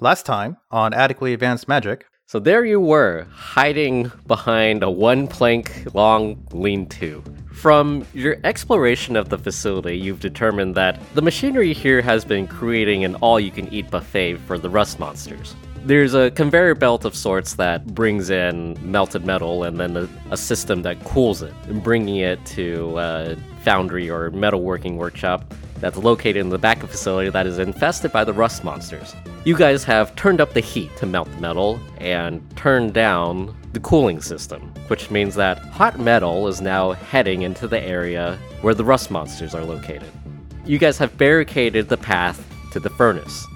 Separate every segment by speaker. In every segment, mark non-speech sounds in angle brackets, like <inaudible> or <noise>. Speaker 1: Last time on Adequately Advanced Magic,
Speaker 2: So there you were, hiding behind a one plank long lean to. From your exploration of the facility, you've determined that the machinery here has been creating an all you can eat buffet for the rust monsters. There's a conveyor belt of sorts that brings in melted metal and then a, a system that cools it, bringing it to a foundry or metalworking workshop that's located in the back of the facility that is infested by the rust monsters. You guys have turned up the heat to melt the metal and turned down the cooling system, which means that hot metal is now heading into the area where the rust monsters are located. You guys have barricaded the path to the furnace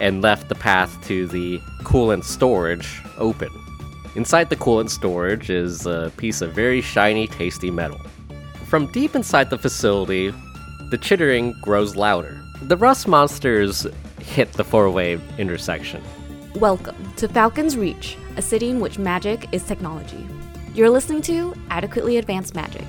Speaker 2: and left the path to the coolant storage open. Inside the coolant storage is a piece of very shiny, tasty metal. From deep inside the facility, the chittering grows louder. The rust monsters hit the four way intersection.
Speaker 3: Welcome to Falcon's Reach, a city in which magic is technology. You're listening to Adequately Advanced Magic.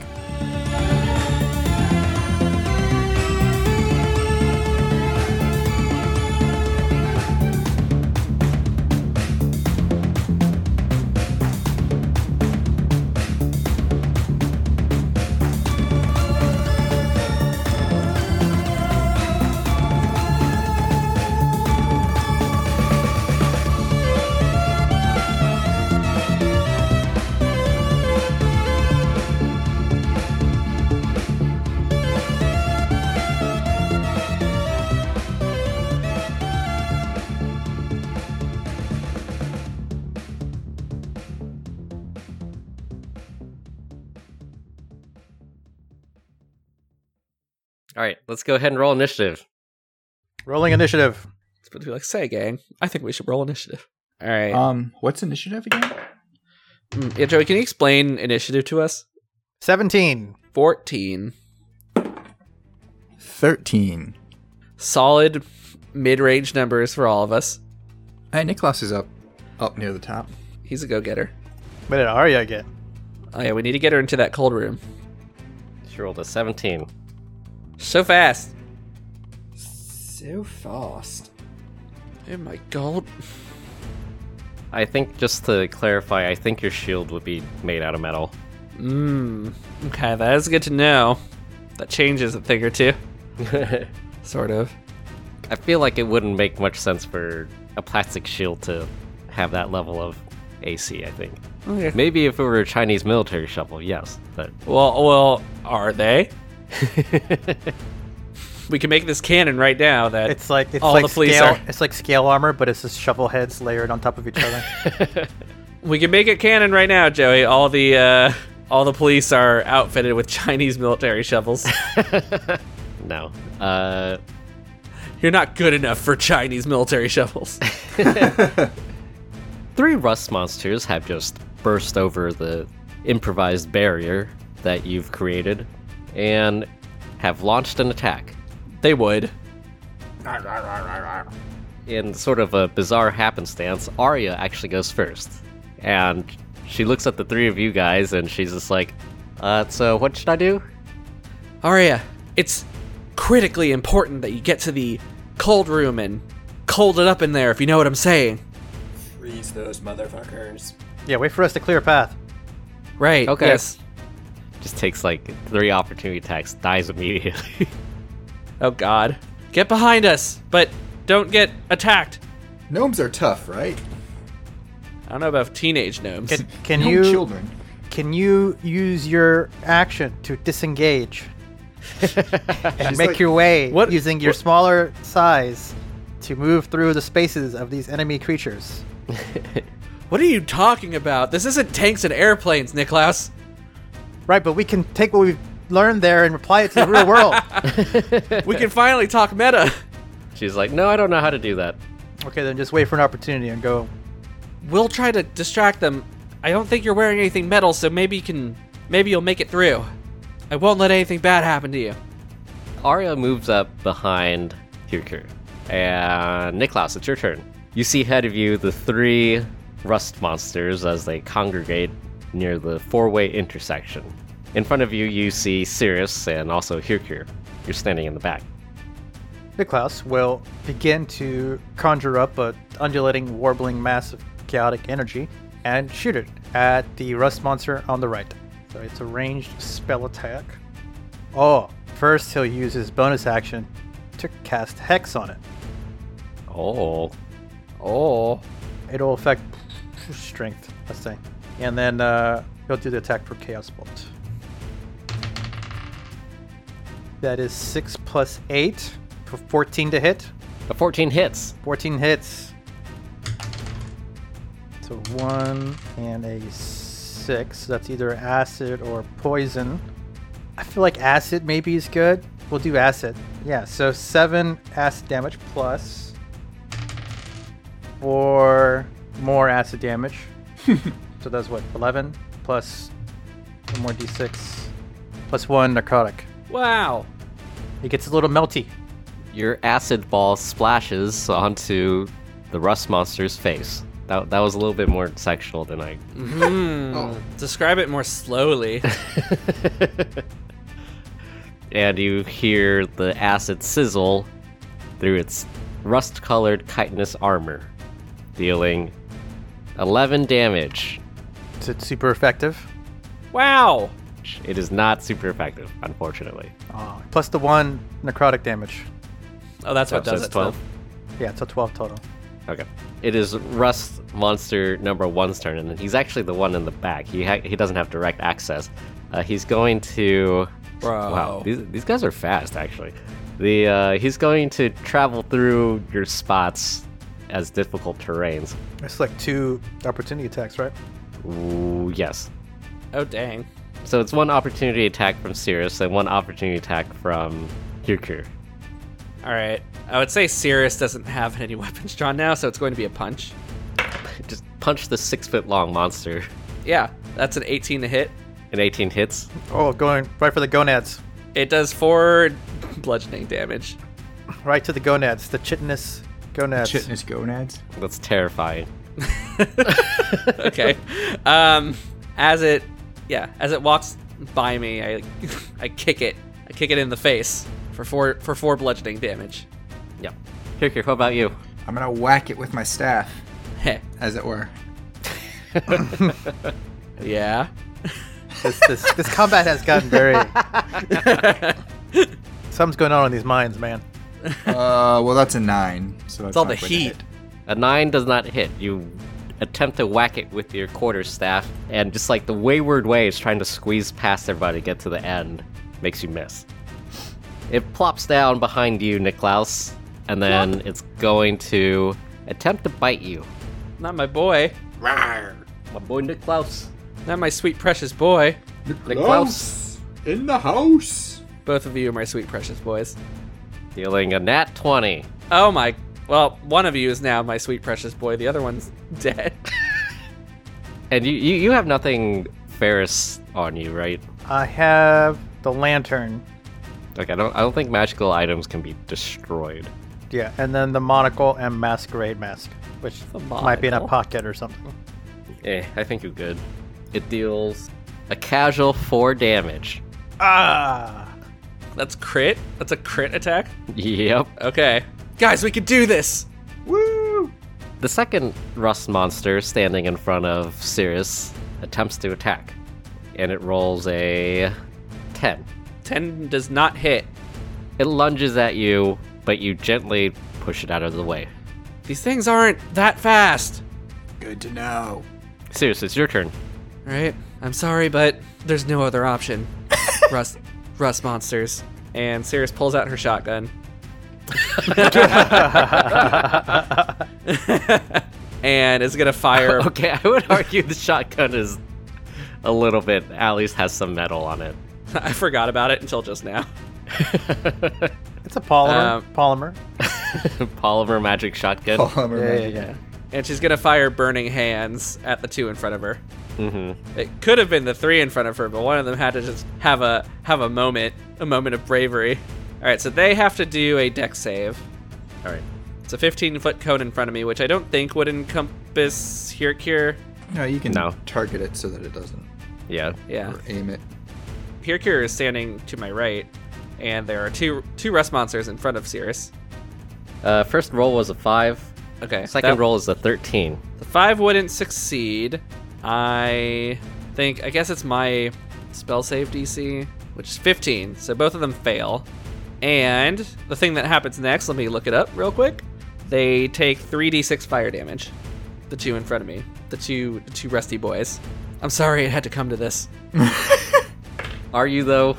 Speaker 2: All right, let's go ahead and roll initiative.
Speaker 1: rolling initiative.
Speaker 4: It's supposed to be like, say, gang, I think we should roll initiative. All right.
Speaker 5: Um, what's initiative again?
Speaker 4: Mm, yeah, Joey, can you explain initiative to us?
Speaker 1: 17.
Speaker 4: 14.
Speaker 5: 13.
Speaker 4: Solid mid range numbers for all of us.
Speaker 5: Hey, Niklas is up up near the top.
Speaker 4: He's a go getter.
Speaker 1: What did Arya get?
Speaker 4: Oh, yeah, we need to get her into that cold room.
Speaker 2: She rolled a 17.
Speaker 4: So fast.
Speaker 5: So fast.
Speaker 4: Oh my god.
Speaker 2: I think, just to clarify, I think your shield would be made out of metal.
Speaker 4: Mmm. Okay, that is good to know. That changes a thing or
Speaker 5: <laughs>
Speaker 4: two.
Speaker 2: I
Speaker 4: Sort of.
Speaker 2: feel like it wouldn't make much sense for a plastic shield to have that level of AC, I think.
Speaker 4: Okay.
Speaker 2: Maybe if it were a Chinese military shovel, yes. But
Speaker 4: Well, well, are they? <laughs> we can make this cannon right now. That
Speaker 1: It's like it's
Speaker 4: all
Speaker 1: like
Speaker 4: the police
Speaker 1: scale
Speaker 4: are.
Speaker 1: it's like scale armor, but it's just shovel heads layered on top of each other.
Speaker 4: <laughs> We can make it canon right now, Joey. All the uh, all the police are outfitted with Chinese military <laughs> shovels.
Speaker 2: no. Uh,
Speaker 4: You're not good enough for Chinese military shovels.
Speaker 2: three rust monsters have just burst over the improvised barrier that you've created and have launched an attack.
Speaker 4: <laughs> they would.
Speaker 2: In sort of a bizarre happenstance, Arya actually goes first. And she looks at the three of you guys and she's just like, uh, so what should I do?
Speaker 4: Arya, it's critically important that you get to the cold room and cold it up in there, if you know what I'm saying.
Speaker 6: Freeze those motherfuckers.
Speaker 1: yeah, wait for us to clear a path.
Speaker 4: Right.
Speaker 2: Okay.
Speaker 4: Yes.
Speaker 2: Just takes like three opportunity attacks, dies immediately. <laughs>
Speaker 4: Oh God. Get behind us, but don't get attacked.
Speaker 5: Gnomes are tough, right?
Speaker 4: I don't know about teenage gnomes.
Speaker 1: Can, can
Speaker 5: Gnome
Speaker 1: you
Speaker 5: children.
Speaker 1: can you use your action to
Speaker 4: <laughs>
Speaker 1: disengage and make
Speaker 5: like,
Speaker 1: your way
Speaker 4: "What-
Speaker 1: using your smaller size to move through the spaces of these enemy creatures?
Speaker 4: what are you talking about? This isn't tanks and airplanes, <laughs> Niklaus.
Speaker 1: Right, but we can take what we've learned there and apply it to the real
Speaker 4: <laughs>
Speaker 1: world.
Speaker 4: We can finally talk meta.
Speaker 2: she's like, no, I don't know how to do that.
Speaker 1: Okay, then just wait for an opportunity and go.
Speaker 4: We'll try to distract them. I don't think you're wearing anything metal, so maybe you can maybe you'll make it through. I won't let anything bad happen to you.
Speaker 2: Arya moves up behind Kirkur. And Niklaus, it's your turn. You see ahead of you the three rust monsters as they congregate near the four way intersection. In front of you, you see Sirius and also Kirkur. You're standing in the back.
Speaker 1: Niklaus will begin to conjure up a undulating, warbling mass of chaotic energy and shoot it at the rust monster on the right. So it's a ranged spell attack. Oh, first he'll use his bonus action to cast Hex on it.
Speaker 2: Oh.
Speaker 4: Oh.
Speaker 1: It'll affect strength, let's say. And then uh, he'll do the attack for Chaos Bolt. That is 6 plus 8 for 14 to hit.
Speaker 2: A 14 hits.
Speaker 1: 14 hits. So 1 and a 6. That's either acid or poison. I feel like acid maybe is good. We'll do acid. Yeah, so 7 acid damage plus 4 more acid damage. so that's what? 11 plus one more d6 plus 1 narcotic.
Speaker 4: Wow.
Speaker 1: It gets a little melty.
Speaker 2: Your acid ball splashes onto the rust monster's face. That, that was a little bit more sexual than I.
Speaker 1: Hmm,
Speaker 5: Oh,
Speaker 4: Describe it more slowly. <laughs>
Speaker 2: <laughs> And you hear the acid sizzle through its rust colored chitinous armor, dealing 11 damage.
Speaker 1: Is it super effective?
Speaker 4: wow.
Speaker 2: It is not super effective, unfortunately.
Speaker 1: Oh, plus the 1 necrotic damage.
Speaker 4: Oh, that's what
Speaker 2: So
Speaker 4: does
Speaker 2: it's
Speaker 4: it. then.
Speaker 1: Yeah, so 12 total.
Speaker 2: Okay. It is Rust Monster number one's turn, and he's actually the one in the back. He ha- he doesn't have direct access. Uh, he's going to.
Speaker 4: Bro.
Speaker 2: Wow, these, these guys are fast, actually. The uh, he's going to travel through your spots as difficult terrains.
Speaker 1: It's like two opportunity attacks, right?
Speaker 2: Ooh, yes.
Speaker 4: Oh, dang.
Speaker 2: So it's one opportunity attack from Sirius and one opportunity attack from Kirkur.
Speaker 4: All right. I would say Sirius doesn't have any <laughs> weapons drawn now, so it's going to be a punch.
Speaker 2: <laughs> Just punch the six foot long monster,
Speaker 4: Yeah, that's an 18 to hit.
Speaker 2: and 18 hits.
Speaker 1: Oh, going right for the gonads.
Speaker 4: It does four <laughs> bludgeoning <laughs> damage.
Speaker 1: Right to the gonads, the chitinous gonads.
Speaker 5: Chitness gonads.
Speaker 2: That's terrifying.
Speaker 4: <laughs> Okay. um, as it, yeah, as it walks by me, I, <laughs> I kick it. I kick it in the face for four for four bludgeoning damage. <laughs>
Speaker 2: Yep. Kirkur, how about you?
Speaker 5: I'm gonna whack it with my staff,
Speaker 4: Heh.
Speaker 5: as
Speaker 1: <laughs>
Speaker 5: it were.
Speaker 4: yeah.
Speaker 1: This, this, this combat has gotten <laughs> very. Something's going on in these mines, man.
Speaker 5: Uh, well, that's a nine. So
Speaker 4: It's all the heat.
Speaker 2: A nine does not hit. You attempt to whack it with your quarterstaff, and just like the wayward waves trying to squeeze past everybody to get to the end, makes you miss. It plops down behind you, Niklaus, and then it's going to attempt to bite you.
Speaker 4: Not my boy.
Speaker 2: My boy Niklaus.
Speaker 4: Not my sweet precious boy.
Speaker 2: Niklaus.
Speaker 5: in the house.
Speaker 4: Both of you are my sweet precious boys.
Speaker 2: Dealing a nat 20.
Speaker 4: Oh my. Well, one of you is now my sweet precious boy. The other one's <laughs> dead.
Speaker 2: And you, you, you have nothing ferrous on you, right?
Speaker 1: I have the lantern.
Speaker 2: Like I don't I don't think magical items can be destroyed.
Speaker 1: Yeah, and then the monocle and masquerade mask, which
Speaker 4: The
Speaker 1: might be in a
Speaker 4: monocle.
Speaker 1: pocket or something.
Speaker 2: Eh, I think you're good. It deals a casual four damage.
Speaker 1: Ah!
Speaker 4: That's crit. That's a crit attack.
Speaker 2: Yep.
Speaker 4: Okay. Guys, we could do this.
Speaker 2: The second rust monster standing in front of Sirius attempts to attack, and it rolls a 10.
Speaker 4: 10 does not hit.
Speaker 2: It lunges at you, but you gently push it out of the way.
Speaker 4: These things aren't that fast.
Speaker 5: Good to know.
Speaker 2: Sirius, it's your <laughs> turn.
Speaker 4: Right? I'm sorry, but there's no other option. Rust, rust monsters. And Sirius pulls out her shotgun. and is gonna fire.
Speaker 2: <laughs> Okay, I would argue the shotgun is a little bit, at least has some metal on <laughs> it.
Speaker 4: <laughs> I forgot about it until just now.
Speaker 1: It's a polymer.
Speaker 4: Um,
Speaker 1: polymer.
Speaker 2: Polymer magic
Speaker 5: <laughs>
Speaker 2: shotgun.
Speaker 1: Yeah, yeah, yeah.
Speaker 4: And she's gonna fire burning hands at the two in front of her.
Speaker 2: hmm
Speaker 4: It could have been the three in front of her, but one of them had to just have a have a moment, a moment of bravery. All right, so they have to do a deck save.
Speaker 2: All right.
Speaker 4: It's a 15 foot cone in front of me, which I don't think would encompass here cure.
Speaker 5: No, you can
Speaker 2: No.
Speaker 5: target it so that it doesn't,
Speaker 2: Yeah.
Speaker 4: Yeah,
Speaker 5: or aim it.
Speaker 4: here cure is standing to my right, and there are two two rust monsters in front of Cirrus.
Speaker 2: Uh, first roll was a five.
Speaker 4: Okay.
Speaker 2: Second
Speaker 4: that-
Speaker 2: roll is a 13.
Speaker 4: The five wouldn't succeed. I think I guess it's my spell save DC, which is 15. So both of them fail. And the thing that happens next, let me look it up real quick. They take 3d6 fire damage. The two in front of me, the two the two rusty boys. I'm sorry it had to come to this.
Speaker 2: Are you though?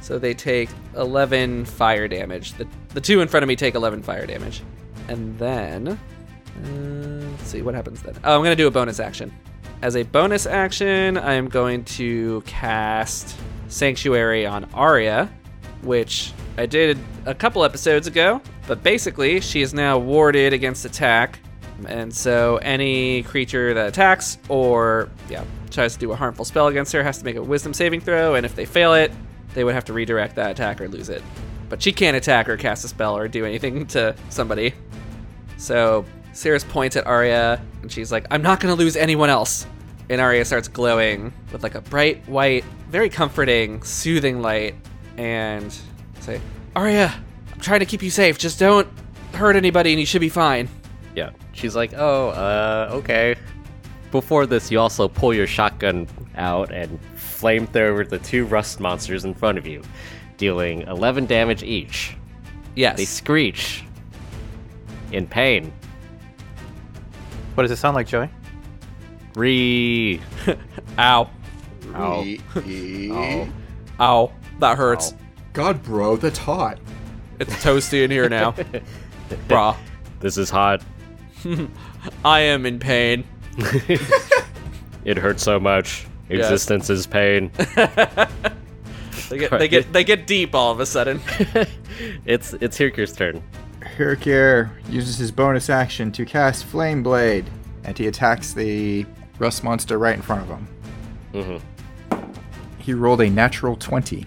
Speaker 4: So they take 11 fire damage. The, the two in front of me take 11 fire damage. And then. Uh, let's see what happens then. Oh, I'm going to do a bonus action. As a bonus action, I am going to cast Sanctuary on Arya, which I did a couple episodes ago. But basically, she is now warded against attack. And so any creature that attacks or yeah tries to do a harmful spell against her has to make a wisdom saving throw, and if they fail it, they would have to redirect that attack or lose it. But she can't attack or cast a spell or do anything <laughs> to somebody. So Cirrus points at Arya and she's like, I'm not gonna lose anyone else. And Arya starts glowing with like a bright white, very comforting, soothing light, and say, Arya, I'm trying to keep you safe. Just don't hurt anybody and you should be fine.
Speaker 2: Yeah. She's like, oh, uh, okay. Before this, you also pull your shotgun out and flamethrower the two rust monsters in front of you, dealing 11 damage each.
Speaker 4: Yes.
Speaker 2: They screech in pain.
Speaker 1: What does it sound like, Joey?
Speaker 2: Re.
Speaker 4: Ow.
Speaker 1: Oh.
Speaker 2: Ow.
Speaker 1: <laughs>
Speaker 4: Ow. That hurts.
Speaker 5: God, bro, that's hot.
Speaker 4: It's toasty in here <laughs> now. Bruh.
Speaker 2: This is hot.
Speaker 4: I am in pain.
Speaker 2: It hurts so much. Existence is <laughs> pain.
Speaker 4: They get they get they get deep all of a <laughs> sudden.
Speaker 2: it's it's Hirker's turn.
Speaker 5: Herkir uses his bonus action to cast Flame Blade, and he attacks the rust monster right in front of him. He rolled a natural 20.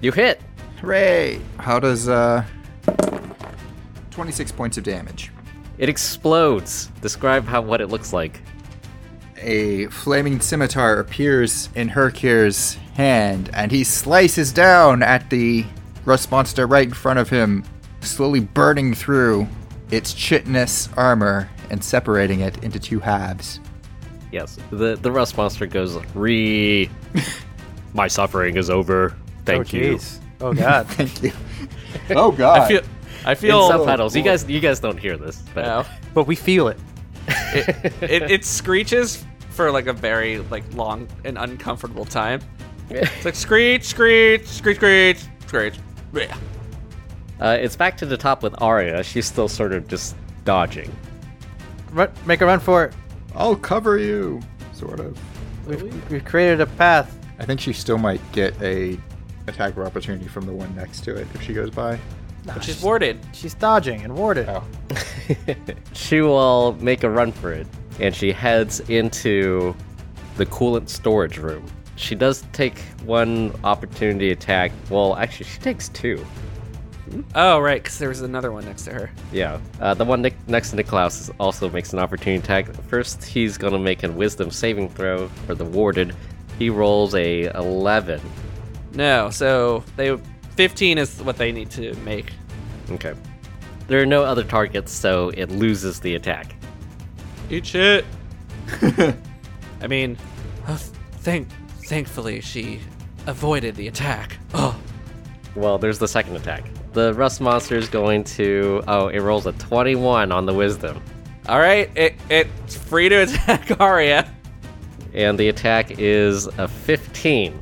Speaker 2: You hit.
Speaker 5: Hooray! How does, uh, 26 points of damage.
Speaker 2: It explodes. Describe how what it looks like.
Speaker 5: A flaming scimitar appears in Herkir's hand, and he slices down at the rust monster right in front of him, slowly burning through its chitinous armor and separating it into two halves. <laughs>
Speaker 2: Yes. The the rust monster goes re. My suffering is over. Thank
Speaker 1: oh,
Speaker 2: you.
Speaker 1: jeez. Oh, <laughs> God.
Speaker 5: Thank you. oh God!
Speaker 4: I feel I
Speaker 2: In
Speaker 4: feel
Speaker 2: subtitles, you guys you guys don't hear this. But
Speaker 4: No.
Speaker 1: but we feel it.
Speaker 4: it, it screeches for like a very like long and uncomfortable time. It's like screech, screech, screech, screech, screech. Yeah.
Speaker 2: uh, it's back to the top with Arya. She's still sort of just dodging.
Speaker 1: Run, make a run for it.
Speaker 5: I'll cover you, sort of.
Speaker 1: We've, we've created a path.
Speaker 5: I think she still might get a attack of opportunity from the one next to it if she goes by.
Speaker 4: But she's warded.
Speaker 1: She's dodging and warded.
Speaker 5: Oh.
Speaker 2: she will make a run for it, and she heads into the coolant storage room. She does take one opportunity attack. Well, actually, she takes two.
Speaker 4: Oh right, because there was another one next to her.
Speaker 2: Yeah. Uh, the one nic- next to Niklaus is- also makes an opportunity attack. First, he's going to make a wisdom saving throw for the warded. He rolls a 11.
Speaker 4: No, so they fifteen is what they need to make.
Speaker 2: Okay. There are no other targets, so it loses the attack.
Speaker 4: Eat shit. <laughs> I mean, oh, thank thankfully she avoided the attack. Oh,
Speaker 2: Well, there's the second attack. The rust monster is going to. Oh, it rolls a 21 on the wisdom.
Speaker 4: all right. It it's free to attack <laughs> Arya.
Speaker 2: And the attack is a 15.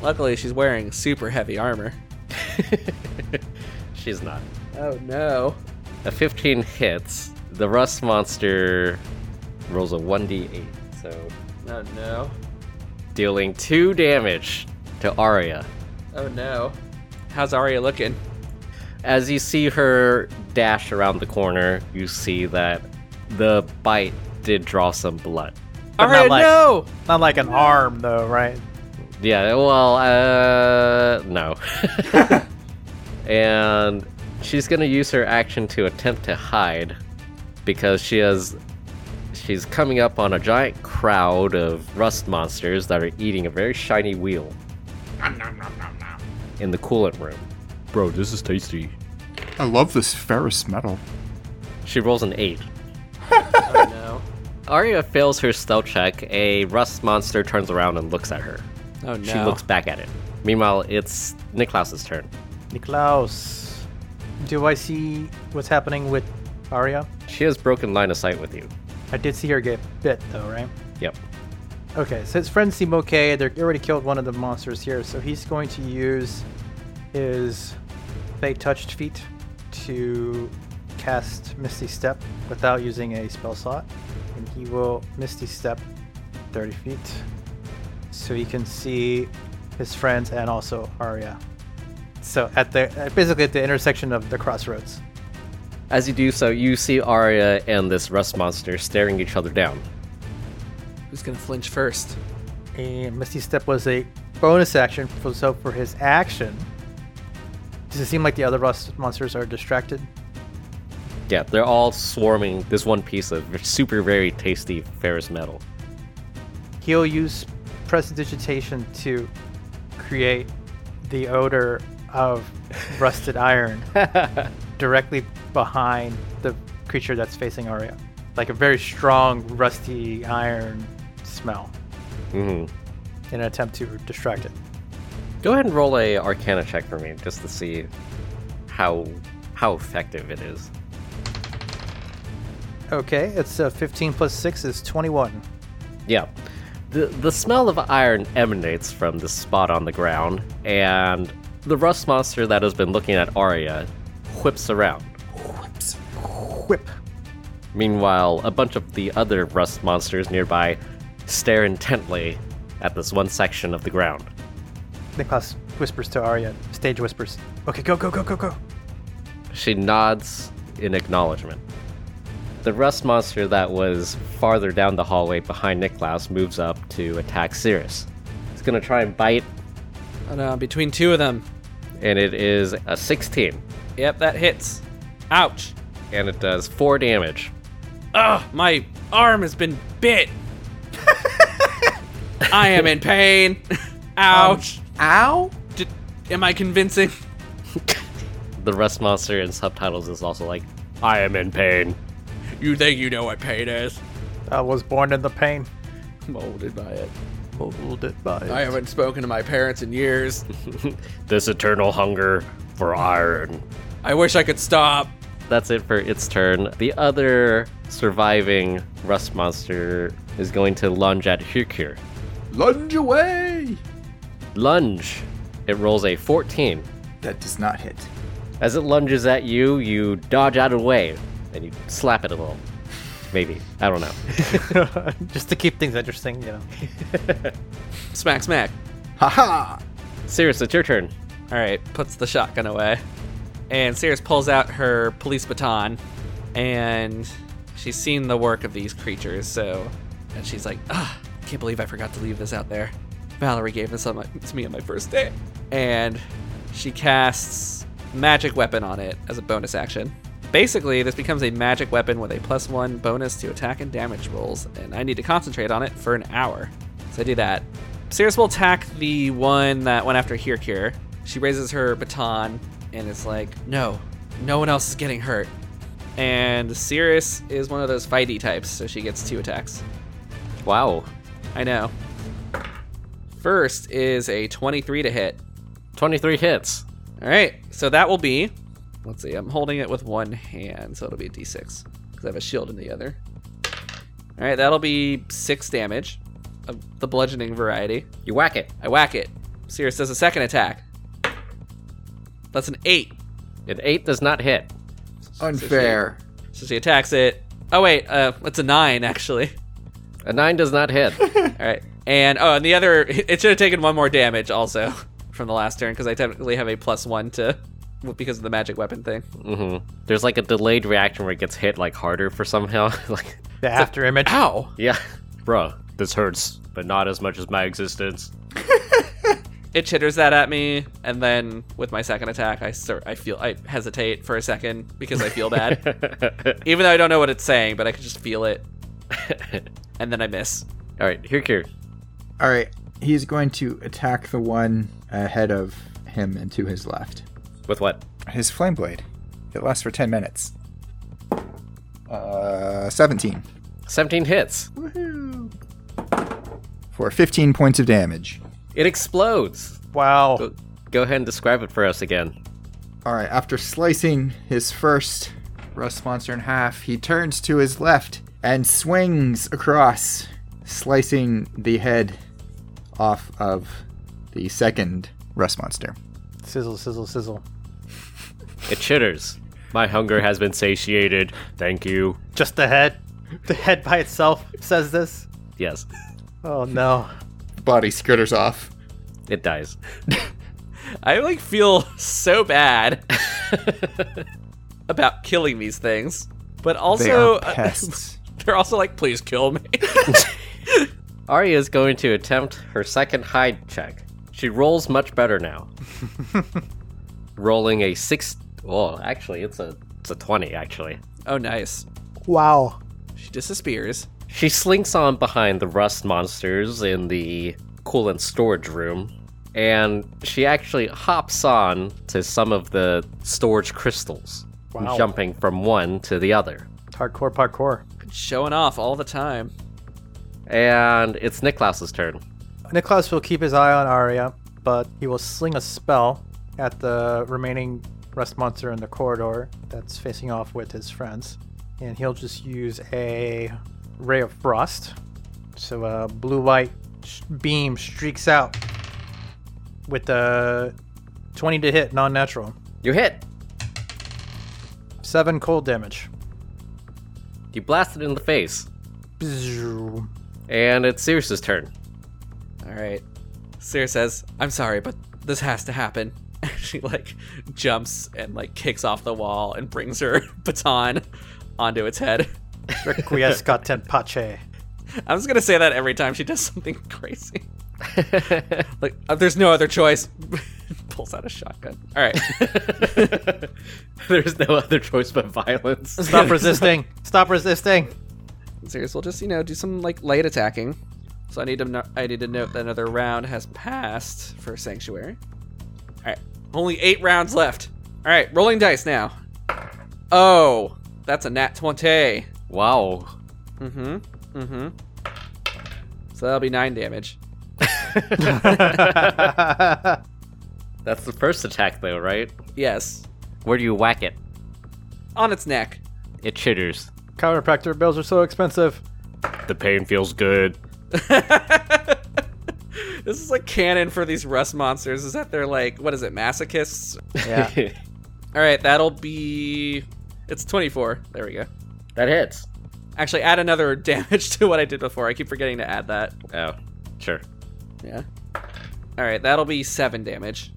Speaker 4: Luckily, she's wearing super heavy armor.
Speaker 2: She's not.
Speaker 4: Oh no.
Speaker 2: A 15 hits. The rust monster rolls a 1d8, so
Speaker 4: Oh no.
Speaker 2: dealing 2 damage to Arya.
Speaker 4: Oh no. How's Arya looking?
Speaker 2: As you see her dash around the corner, you see that the bite did draw some blood.
Speaker 1: But not
Speaker 4: Arya,
Speaker 1: like-
Speaker 4: no!
Speaker 1: Not like an arm, though, right?
Speaker 2: Yeah, well, uh, no. and she's gonna use her action to attempt to hide because she has. She's coming up on a giant crowd of rust monsters that are eating a very shiny wheel in the coolant room.
Speaker 5: I love this ferrous metal.
Speaker 2: She rolls an 8.
Speaker 4: Oh <laughs> no.
Speaker 2: Arya fails her stealth check. A rust monster turns around and looks at her.
Speaker 4: Oh no.
Speaker 2: She looks back at it. Meanwhile, it's Niklaus's turn.
Speaker 1: Niklaus, do I see what's happening with Arya?
Speaker 2: She has broken line of sight with you.
Speaker 1: I did see her get bit, though, right?
Speaker 2: Yep.
Speaker 1: Okay, so his friends seem okay. They're they already killed one of the monsters here, so he's going to use his they touched feet to cast Misty Step without using a spell slot, and he will Misty Step 30 feet, so he can see his friends and also Arya. So at the at basically at the intersection of the crossroads.
Speaker 2: As you do so, you see Arya and this rust monster staring each other down.
Speaker 4: Who's gonna flinch first?
Speaker 1: And Misty Step was a bonus action, for- so for his action. Does it seem like the other rust monsters are distracted?
Speaker 2: Yeah, they're all swarming this one piece of super very tasty ferrous metal.
Speaker 1: He'll use Prestidigitation to create the odor <laughs> of rusted <laughs> iron directly behind the creature that's facing Arya. Like a very strong, rusty iron smell
Speaker 2: hmm
Speaker 1: in an attempt to distract it.
Speaker 2: Go ahead and roll a Arcana check for me, just to see how how effective it is.
Speaker 1: Okay, it's uh, 15 plus 6 is 21.
Speaker 2: Yeah. The, the smell of iron emanates from the spot on the ground, and the rust monster that has been looking at Arya whips around.
Speaker 1: Whip.
Speaker 2: Meanwhile, a bunch of the other rust monsters nearby stare intently at this one section of the ground.
Speaker 1: Niklas whispers to Arya, stage whispers. Okay, go, go, go, go, go.
Speaker 2: She nods in acknowledgement. The rust monster that was farther down the hallway behind Niklaus moves up to attack Cirrus. It's gonna try and bite,
Speaker 4: Oh no, I'm between two of them.
Speaker 2: and it is a 16,
Speaker 4: Yep, that hits. Ouch.
Speaker 2: and it does 4 damage.
Speaker 4: Ugh, my arm has been <laughs> bit. I am in pain. Ouch.
Speaker 5: Ow!
Speaker 4: D- am I convincing?
Speaker 2: The rust monster in subtitles is also like, I am in pain.
Speaker 4: You think you know what pain is?
Speaker 1: I was born in the pain.
Speaker 4: Molded by it.
Speaker 1: Molded by
Speaker 4: I haven't spoken to my parents in years.
Speaker 2: This eternal hunger for iron.
Speaker 4: I wish I could stop.
Speaker 2: That's it for its turn. The other surviving rust monster is going to lunge at Hukir.
Speaker 5: Lunge away!
Speaker 2: Lunge! It rolls a 14.
Speaker 5: That does not hit.
Speaker 2: As it lunges at you, you dodge out of the way and you slap it a little. Maybe. I don't know.
Speaker 1: Just to keep things interesting, you know.
Speaker 4: Smack, smack.
Speaker 5: Haha!
Speaker 2: Sirius, it's your turn.
Speaker 4: All right, puts the shotgun away. And Cirrus pulls out her police baton. And she's seen the work of these creatures, so. And she's like, ah, can't believe I forgot to leave this out there. Valerie gave this on my, to me on my first day. And she casts Magic Weapon on it as a bonus action. Basically, this becomes a magic weapon with a plus one bonus to attack and damage rolls, and I need to concentrate on it for an hour. So I do that. Cirrus will attack the one that went after Here Cure. She raises her baton and it's like, no, no one else is getting hurt. And Cirrus is one of those fighty types, so she gets two attacks.
Speaker 2: Wow.
Speaker 4: I know. First is a 23 to hit.
Speaker 2: 23 hits.
Speaker 4: All right, so that will be. Let's see, I'm holding it with one hand, so it'll be a d6 because I have a shield in the other. All right, that'll be six damage of the bludgeoning variety.
Speaker 2: You whack it.
Speaker 4: I whack it. Sirius does a second attack. That's an eight.
Speaker 2: An 8 does not hit.
Speaker 5: Unfair.
Speaker 4: So she attacks it. Oh wait, uh, it's a nine actually. <laughs>
Speaker 2: A 9 does not hit. <laughs>
Speaker 4: All right, and oh, and the other, <laughs> it should have taken one more damage also <laughs> from the last turn because I technically have a plus one to because of the magic weapon thing.
Speaker 2: hmm There's like a delayed reaction where it gets hit like harder for somehow. <laughs> like,
Speaker 1: The after image.
Speaker 4: Ow!
Speaker 2: yeah. Bruh, this hurts, but not as much as my existence. <laughs>
Speaker 4: It chitters that at me, and then with my second attack, I start, I feel I hesitate for a second because I
Speaker 2: <laughs>
Speaker 4: feel bad, even though I don't know what it's saying, but I can just feel it, and then I miss.
Speaker 2: All right, here, here.
Speaker 5: Alright, he's going to attack the one ahead of him and to his left.
Speaker 2: With what?
Speaker 5: His flame blade. It lasts for 10 minutes. Uh, 17
Speaker 2: 17 hits.
Speaker 5: for 15 points of damage.
Speaker 2: It explodes.
Speaker 1: Wow.
Speaker 2: Go, go ahead and describe it for us again.
Speaker 5: All right, after slicing his first rust monster in half, he turns to his left and swings across, slicing the head off of the second rust monster.
Speaker 1: Sizzle, sizzle, sizzle.
Speaker 2: It chitters. My hunger has been satiated. Thank you.
Speaker 1: Just the head. The head by itself says this.
Speaker 2: Yes, <laughs>
Speaker 1: Oh no.
Speaker 5: Body skitters off.
Speaker 2: it dies.
Speaker 4: I like feel <laughs> so bad about killing these things, but also uh,
Speaker 5: They are pests.
Speaker 4: <laughs> they're also like, please kill me. <laughs>
Speaker 2: Arya is going to attempt her second hide check. She rolls much better now. Rolling a six. Well, actually, it's a it's a twenty. Actually,
Speaker 4: oh, nice.
Speaker 1: Wow.
Speaker 4: She disappears.
Speaker 2: she slinks on behind the rust monsters in the coolant storage room, and she actually hops on to some of the storage crystals,
Speaker 1: Wow.
Speaker 2: jumping from one to the other.
Speaker 1: Hardcore parkour.
Speaker 4: Showing off all the time.
Speaker 2: And it's Niklaus's turn.
Speaker 1: Niklaus will keep his eye on Arya, but he will sling a spell at the remaining rust monster in the corridor that's facing off with his friends. And he'll just use a ray of frost. So a blue white beam streaks out with a 20 to hit, non natural.
Speaker 2: You hit.
Speaker 1: Seven cold damage.
Speaker 2: You blast it in the face,
Speaker 1: Bzzz.
Speaker 2: and it's Sirius's turn. <laughs>
Speaker 4: All right. Seer says, I'm sorry, but this has to happen. <laughs> she like jumps and like kicks off the wall and brings her <laughs> baton onto its head. <laughs>
Speaker 1: Requiescat in pace.
Speaker 4: I'm just gonna say that every time she does something <laughs> crazy. like uh, there's no other choice. <laughs> Pulls out a shotgun. All right. <laughs>
Speaker 2: <laughs> There's no other choice but violence. <laughs>
Speaker 1: Stop resisting. Stop resisting.
Speaker 4: Serious. We'll just you know do some like light attacking. So I need to no- I need to note that another round has passed for sanctuary. All right, only eight rounds left. All right, rolling dice now. Oh, that's a nat twenty.
Speaker 2: Wow.
Speaker 4: Mm-hmm. Mm-hmm. So that'll be nine damage.
Speaker 2: That's the first attack, though, right?
Speaker 4: Yes,
Speaker 2: Where do you whack it?
Speaker 4: on its neck.
Speaker 2: It <laughs> chitters.
Speaker 1: Chiropractor bills are so expensive.
Speaker 2: The pain feels good.
Speaker 4: This is like canon for these rust monsters. Is that they're like what is it masochists?
Speaker 1: Yeah.
Speaker 4: All right, that'll be. It's twenty four. There we go.
Speaker 2: that hits.
Speaker 4: Actually, add another <laughs> damage to what I did before. I keep forgetting to add that.
Speaker 2: Oh, sure.
Speaker 4: Yeah. All right, that'll be seven damage.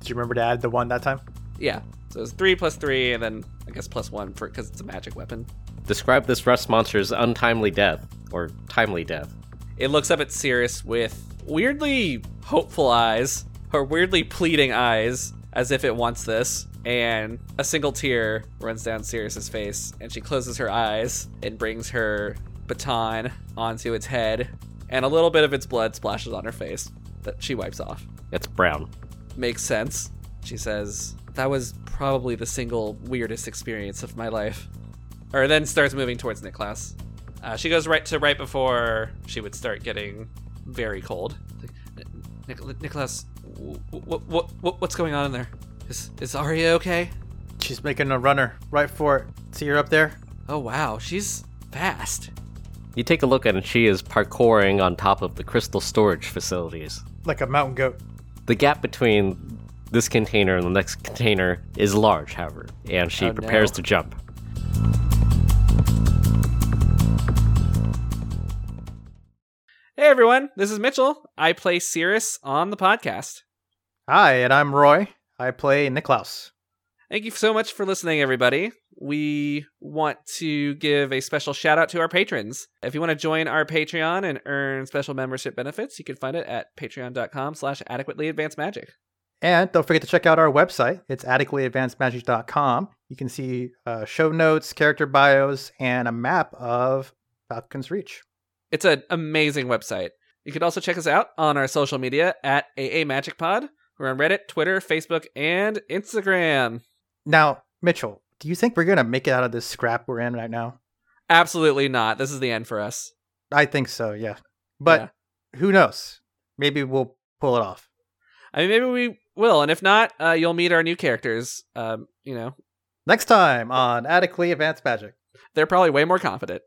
Speaker 1: Do you remember to add the one that time?
Speaker 4: Yeah. So it's three plus three, and then I guess plus one for because it's a magic weapon.
Speaker 2: Describe this rust monster's untimely death, or timely death.
Speaker 4: It looks up at Sirius with weirdly hopeful eyes, or weirdly pleading eyes, as if it wants this. And a single tear runs down Sirius's face, and she closes her eyes and brings her baton onto its head, and a little bit of its blood splashes on her face that she wipes off.
Speaker 2: It's brown.
Speaker 4: makes sense. She says, That was probably the single weirdest experience of my life. Or then starts moving towards Niklas. Uh, she goes right to right before she would start getting very cold. Nik- Niklas, what, what, what, what's going on in there? Is, is Arya okay?
Speaker 1: She's making a runner right for it. See her up there?
Speaker 4: Oh, wow, she's fast.
Speaker 2: You take a look at it, she is parkouring on top of the crystal storage facilities.
Speaker 1: Like a mountain goat.
Speaker 2: The gap between this container and the next container is large, however, and she
Speaker 4: Oh, no.
Speaker 2: prepares to jump.
Speaker 4: Hey, everyone, this is Mitchell. I play Cirrus on the podcast.
Speaker 1: Hi, and I'm Roy. I play Niklaus.
Speaker 4: Thank you so much for listening, everybody. We want to give a special shout out to our patrons. If you want to join our Patreon and earn special membership benefits, you can find it at patreon.com slash adequately advanced magic.
Speaker 1: And don't forget to check out our website. It's adequatelyadvancedmagic.com. You can see uh, show notes, character bios, and a map of Falcon's Reach.
Speaker 4: It's an amazing website. You can also check us out on our social media at AA Magic Pod. We're on Reddit, Twitter, Facebook, and Instagram.
Speaker 1: Now, Mitchell, do you think we're going to make it out of this scrap we're in right now?
Speaker 4: Absolutely not. This is the end for us.
Speaker 1: I think so, yeah. But who knows? Maybe we'll pull it off.
Speaker 4: I mean, maybe we will, and if not, uh, you'll meet our new characters. Um, you know,
Speaker 1: Next time on Attically Advanced Magic.
Speaker 4: they're probably way more confident.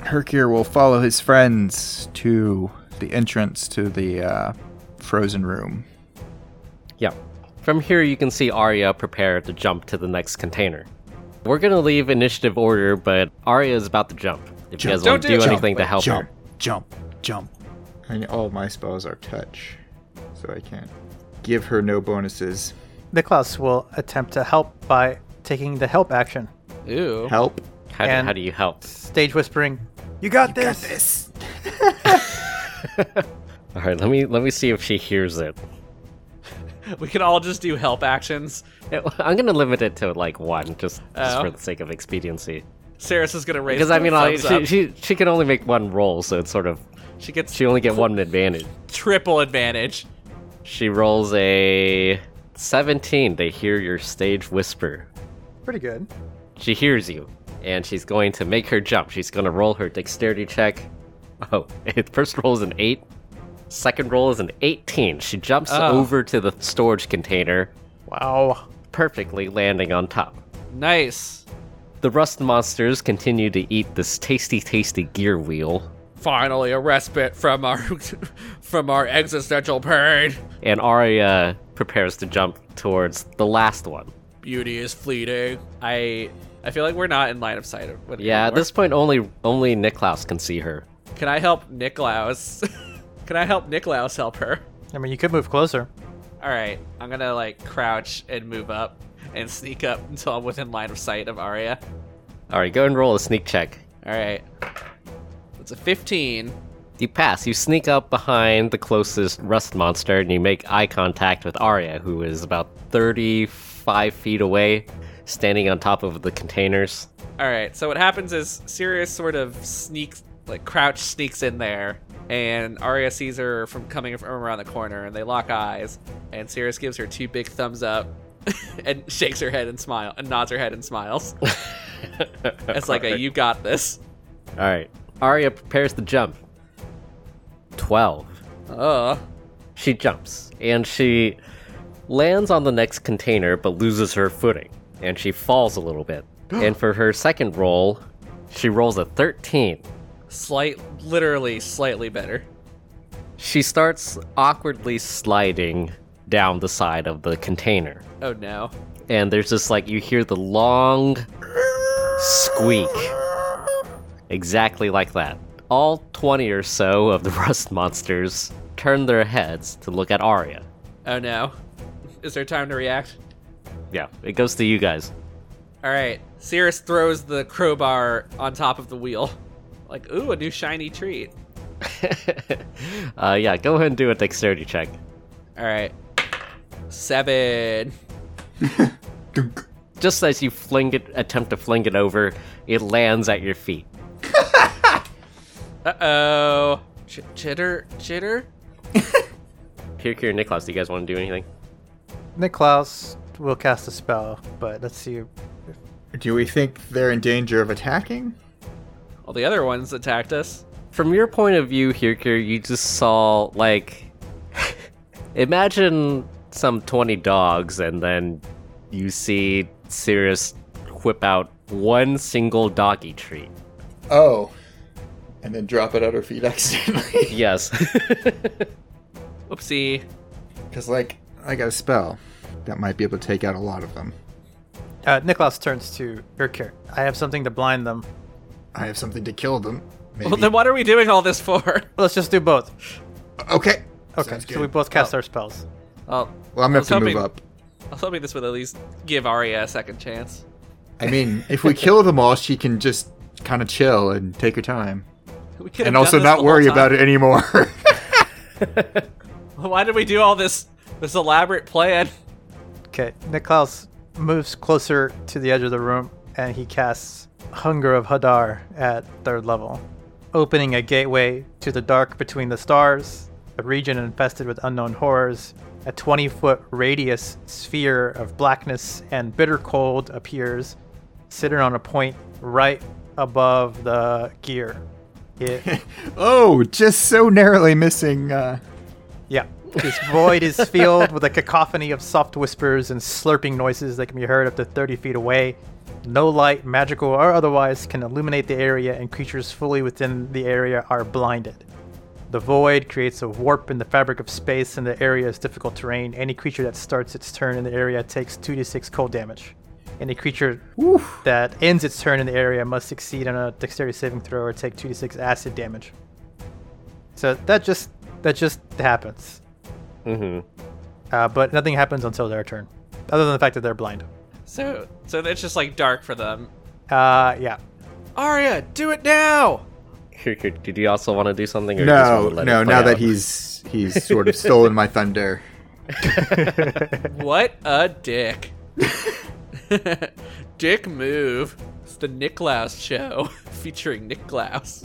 Speaker 5: Herkier will follow his friends to the entrance to the uh, frozen room.
Speaker 2: Yeah. From here, you can see Arya prepare to jump to the next container. We're gonna leave initiative order, but Arya is about to jump. If you guys
Speaker 4: Don't
Speaker 2: want to
Speaker 4: do
Speaker 2: do,
Speaker 4: it. Jump,
Speaker 2: anything to help
Speaker 5: jump,
Speaker 2: her,
Speaker 5: jump, jump. And all my spells are touch, so I can't give her no bonuses.
Speaker 1: Niklas will attempt to help by taking the help action.
Speaker 4: Ooh,
Speaker 5: Help.
Speaker 2: how, do-
Speaker 1: And-
Speaker 2: how do you help?
Speaker 1: Stage whispering, You got this!
Speaker 2: All right, let me let me see if she hears it. <laughs>
Speaker 4: we could all just do help actions.
Speaker 2: I'm gonna limit it to like one, just, just
Speaker 4: Oh.
Speaker 2: for the sake of expediency.
Speaker 4: Saris is gonna raise
Speaker 2: Because I mean, like, she,
Speaker 4: she,
Speaker 2: she she can only make one roll, so it's sort of
Speaker 4: she gets
Speaker 2: she only get one advantage.
Speaker 4: triple advantage.
Speaker 2: She rolls a 17 to hear your stage whisper.
Speaker 1: Pretty good.
Speaker 2: She hears you, and she's going to make her jump. She's going to roll her dexterity check. Oh, <laughs> first roll is an 8. Second roll is an 18. She jumps
Speaker 4: Oh.
Speaker 2: over to the storage container,
Speaker 1: Wow.
Speaker 2: perfectly landing on top.
Speaker 4: Nice.
Speaker 2: The rust monsters continue to eat this tasty, tasty gear wheel,
Speaker 4: Finally, a respite from our <laughs> from our existential pain.
Speaker 2: and Arya prepares to jump towards the last one.
Speaker 4: Beauty is fleeting. I I feel like we're not in line of sight. Of what-
Speaker 2: Yeah, at
Speaker 4: anymore.
Speaker 2: this point, only only Niklaus can see her.
Speaker 4: Can I help Niklaus? <laughs> Can I help Niklaus help her?
Speaker 1: I mean, you could move closer.
Speaker 4: All right, I'm gonna like crouch and move up and sneak up until I'm within line of sight of Arya.
Speaker 2: All right, go and roll a sneak check.
Speaker 4: All right, it's a 15.
Speaker 2: You pass. You sneak up behind the closest rust monster and you make eye contact with Arya, who is about 35 feet away, standing on top of the containers.
Speaker 4: All right, so what happens is Sirius sort of sneaks, like crouch sneaks in there, and Arya sees her from coming from around the corner, and they lock eyes, and Sirius gives her two big thumbs up. <laughs> and shakes her head and smile and nods her head and smiles. It's like a you got this.
Speaker 2: All right. Arya prepares to jump. 12.
Speaker 4: Uh
Speaker 2: She jumps and she lands on the next container but loses her footing and she falls a little bit. and for her second roll, she rolls a 13.
Speaker 4: slight literally slightly better.
Speaker 2: She starts awkwardly sliding down the side of the container.
Speaker 4: Oh no.
Speaker 2: and there's just like you hear the long squeak exactly like that all 20 or so of the <laughs> rust monsters turn their heads to look at Arya.
Speaker 4: Oh no. Is there time to react?
Speaker 2: Yeah, it goes to you guys. <laughs>
Speaker 4: All right. Cirrus throws the crowbar on top of the wheel. Like, ooh, a new shiny treat.
Speaker 2: uh, yeah, go ahead and do a dexterity check.
Speaker 4: All right. Seven.
Speaker 2: Just as you fling it, attempt to fling it over, it lands at your feet.
Speaker 4: Uh oh. Ch- chitter, chitter.
Speaker 2: Here, here, Niklaus, do you guys want to do anything?
Speaker 1: Niklaus will cast a spell, but let's see. Uh,
Speaker 5: Do we think they're in danger of attacking?
Speaker 4: All the other ones attacked us.
Speaker 2: from your point of view here Kira, you just saw like <laughs> imagine some 20 dogs and then you see Sirius whip out one single doggy treat
Speaker 5: Oh. And then drop it at her feet <laughs> accidentally.
Speaker 2: yes
Speaker 4: Whoopsie.
Speaker 5: Because, like, I got a spell that might be able to take out a lot of them.
Speaker 1: Uh, Niklaus turns to Urkir. I have something to blind them.
Speaker 5: I have something to kill them.
Speaker 4: <laughs>
Speaker 5: Maybe.
Speaker 4: Well, then what are we doing all this for? <laughs>
Speaker 1: Let's just do both.
Speaker 5: okay.
Speaker 1: Okay,
Speaker 5: Sounds
Speaker 1: so we
Speaker 5: good.
Speaker 1: both cast our spells.
Speaker 4: Well,
Speaker 5: Well, I'm
Speaker 4: I
Speaker 5: gonna have
Speaker 4: was
Speaker 5: to
Speaker 4: hoping-
Speaker 5: move up.
Speaker 4: I was hoping this would at least give Arya a second chance.
Speaker 5: I mean, if we kill them all, she can just kind of chill and take her time,
Speaker 4: We could
Speaker 5: and also not worry about it anymore. <laughs>
Speaker 4: <laughs> Why did we do all this this elaborate plan? <laughs>
Speaker 1: Okay, Niklaus moves closer to the edge of the room and he casts Hunger of Hadar at third level, opening a gateway to the dark between the stars a region infested with unknown horrors. A 20 foot radius sphere of blackness and bitter cold appears, sitting on a point right above the gear. It,
Speaker 5: Oh, just so narrowly missing. Uh,
Speaker 1: yeah. <laughs> This void is filled with a cacophony of soft whispers and slurping noises that can be heard up to 30 feet away. No light, magical or otherwise, can illuminate the area, and creatures fully within the area are blinded. The void creates a warp in the fabric of space, and the area is difficult terrain. Any creature that starts its turn in the area takes 2d6 cold damage. Any creature that ends its turn in the area must succeed on a dexterity saving throw or take 2d6 acid damage. So that just that just happens. Mm-hmm. Uh, but nothing happens until their turn, other than the fact that they're blind.
Speaker 4: So, so it's just like dark for them.
Speaker 1: Uh, yeah.
Speaker 4: Arya, do it now!
Speaker 2: <laughs> Here, here, Did you also want to do something? Or you just
Speaker 5: no,
Speaker 2: wanna let it
Speaker 5: no.
Speaker 2: play
Speaker 5: Now that
Speaker 2: out?
Speaker 5: he's he's sort of stolen my thunder.
Speaker 4: What a dick. <laughs> dick move. It's the Nick Klaus show <laughs> featuring Nick Klaus.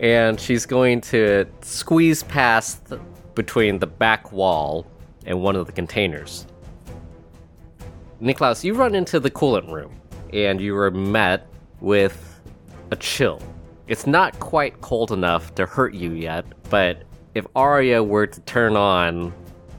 Speaker 2: and she's going to squeeze past th- between the back wall and one of the containers. Niklaus, you run into the coolant room and you are met with a chill. It's not quite cold enough to hurt you yet, but if Arya were to turn on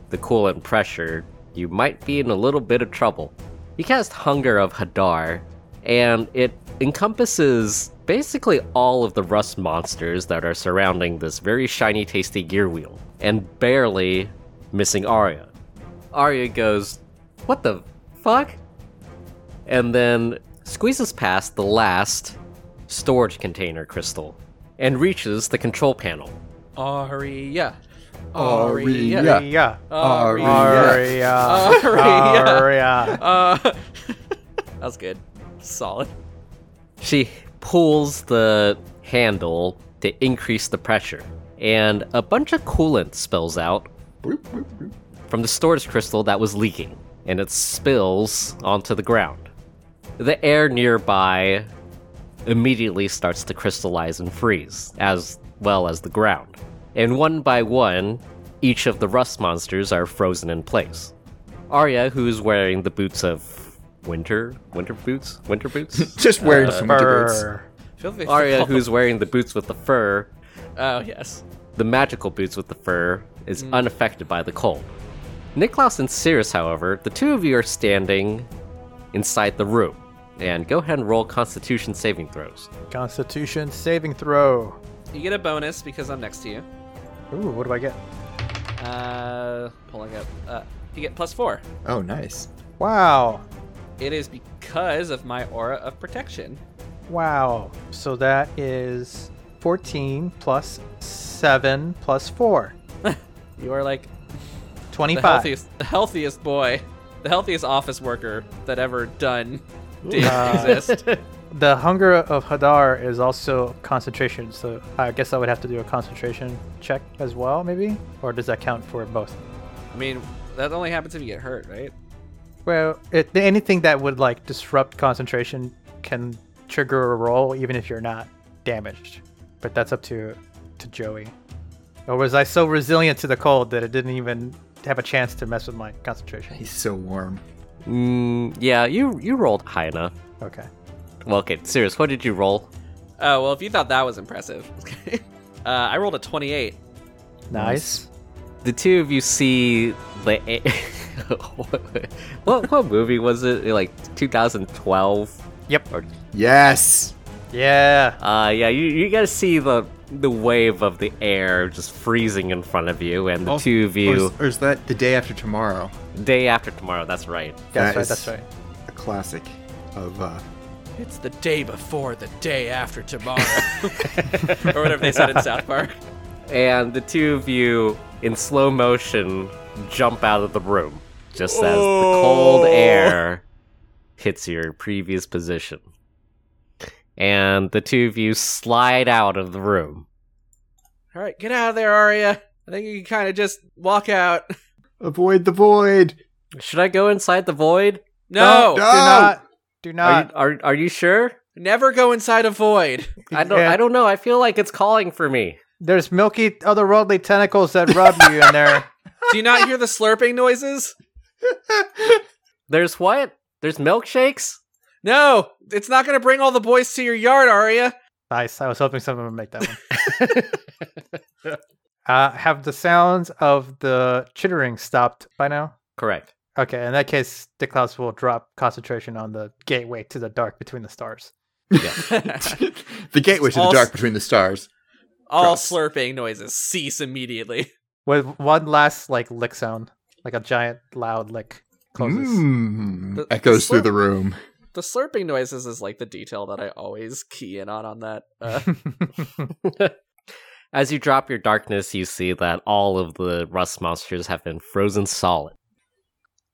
Speaker 2: the coolant pressure, you might be in a little bit of trouble. You cast Hunger of Hadar, and it encompasses basically all of the rust monsters that are surrounding this very shiny, tasty gear wheel, and barely missing Arya. Arya goes, What the fuck? And then squeezes past the last storage container crystal and reaches the control panel.
Speaker 4: Aria.
Speaker 5: Yeah.
Speaker 1: Yeah.
Speaker 5: Aria.
Speaker 1: Aria. Oh, <laughs> Aria.
Speaker 4: Uh, that was good. Solid.
Speaker 2: She pulls the handle to increase the pressure, and a bunch of coolant spills out from the storage crystal that was leaking, and it spills onto the ground. The air nearby immediately starts to crystallize and freeze, as well as the ground. And one by one, each of the rust monsters are frozen in place. Arya, who's wearing the boots of winter, winter boots, winter boots,
Speaker 5: <laughs> Just wearing some winter boots.
Speaker 1: Brr.
Speaker 4: Feel free to
Speaker 2: Arya,
Speaker 4: call-
Speaker 2: who's wearing the boots with the fur,
Speaker 4: Oh, yes.
Speaker 2: the magical boots with the fur, is unaffected by the cold. Niklaus and Cirrus, however, the two of you are standing inside the room. And go ahead and roll constitution saving throws.
Speaker 1: Constitution saving throw.
Speaker 4: You get a bonus because I'm next to you.
Speaker 1: Ooh, what do I get?
Speaker 4: Uh, pulling up. Uh, you get plus four.
Speaker 5: Oh, nice.
Speaker 1: Wow.
Speaker 4: It is because of my aura of protection.
Speaker 1: Wow. So that is 14 plus 7 plus 4.
Speaker 4: You are like the
Speaker 1: 25.
Speaker 4: healthiest, the healthiest boy, the healthiest office worker that ever done did
Speaker 1: Uh,
Speaker 4: exist.
Speaker 1: The Hunger of Hadar is also concentration, so I guess I would have to do a concentration check as well, maybe? Or does that count for both?
Speaker 4: I mean, that only happens if you get hurt, right?
Speaker 1: Well, it, anything that would like disrupt concentration can trigger a roll, even if you're not damaged. But that's up to to Joey. Or was I so resilient to the cold that it didn't even have a chance to mess with my concentration?
Speaker 5: He's so warm.
Speaker 2: Mm, yeah, you you rolled high enough.
Speaker 1: Okay.
Speaker 2: Well, okay, Cirrus, what did you roll?
Speaker 4: Oh well, if you thought that was impressive, <laughs> uh, I rolled a twenty-eight.
Speaker 1: Nice.
Speaker 2: The two of you see the. A- <laughs> what what movie was it? Like 2012
Speaker 1: Yep.
Speaker 2: or
Speaker 5: Yes.
Speaker 1: Yeah.
Speaker 2: Uh, yeah, you, you guys see the the wave of the air just freezing in front of you, and the
Speaker 5: Oh,
Speaker 2: two of you.
Speaker 5: Or is, or is that the day after tomorrow?
Speaker 2: Day after tomorrow, that's right.
Speaker 1: That's
Speaker 5: That
Speaker 1: right.
Speaker 5: is
Speaker 1: That's right.
Speaker 5: A classic of uh,
Speaker 4: It's the day before the day after tomorrow, <laughs> or whatever they said in South Park.
Speaker 2: And the two of you, in slow motion, jump out of the room, just as the cold air hits your previous position. And the two of you slide out of the room.
Speaker 4: All right, get out of there, Arya. I think you can kind of just walk <laughs> out.
Speaker 5: avoid the void.
Speaker 2: Should I go inside the void?
Speaker 4: No,
Speaker 5: no.
Speaker 1: Do not. Do
Speaker 2: Are you,
Speaker 1: not.
Speaker 2: are, are you sure?
Speaker 4: never go inside a void.
Speaker 2: I don't.
Speaker 1: Yeah.
Speaker 2: I don't know. I feel like it's calling for me.
Speaker 1: There's milky, otherworldly tentacles that rub you in there.
Speaker 4: Do you not hear the slurping noises?
Speaker 2: There's what? There's milkshakes?
Speaker 4: No, it's not going to bring all the boys to your yard, Arya.
Speaker 1: Nice. I was hoping someone would make that one. uh, have the sounds of the chittering stopped by now?
Speaker 2: Correct.
Speaker 1: Okay, in that case, the clouds will drop concentration on the gateway to the dark between the stars.
Speaker 5: the gateway to the
Speaker 4: All
Speaker 5: dark
Speaker 4: s-
Speaker 5: between the stars.
Speaker 4: <laughs> All
Speaker 5: Gross.
Speaker 4: slurping noises cease immediately.
Speaker 1: With one last like lick sound, like a giant loud lick closes.
Speaker 5: Mm,
Speaker 4: The- the
Speaker 5: echoes through
Speaker 4: slurp-
Speaker 5: the room.
Speaker 4: The slurping noises is like the detail that I always key in on on that. <laughs> Uh,
Speaker 2: As you drop your darkness, you see that all of the rust monsters have been frozen solid.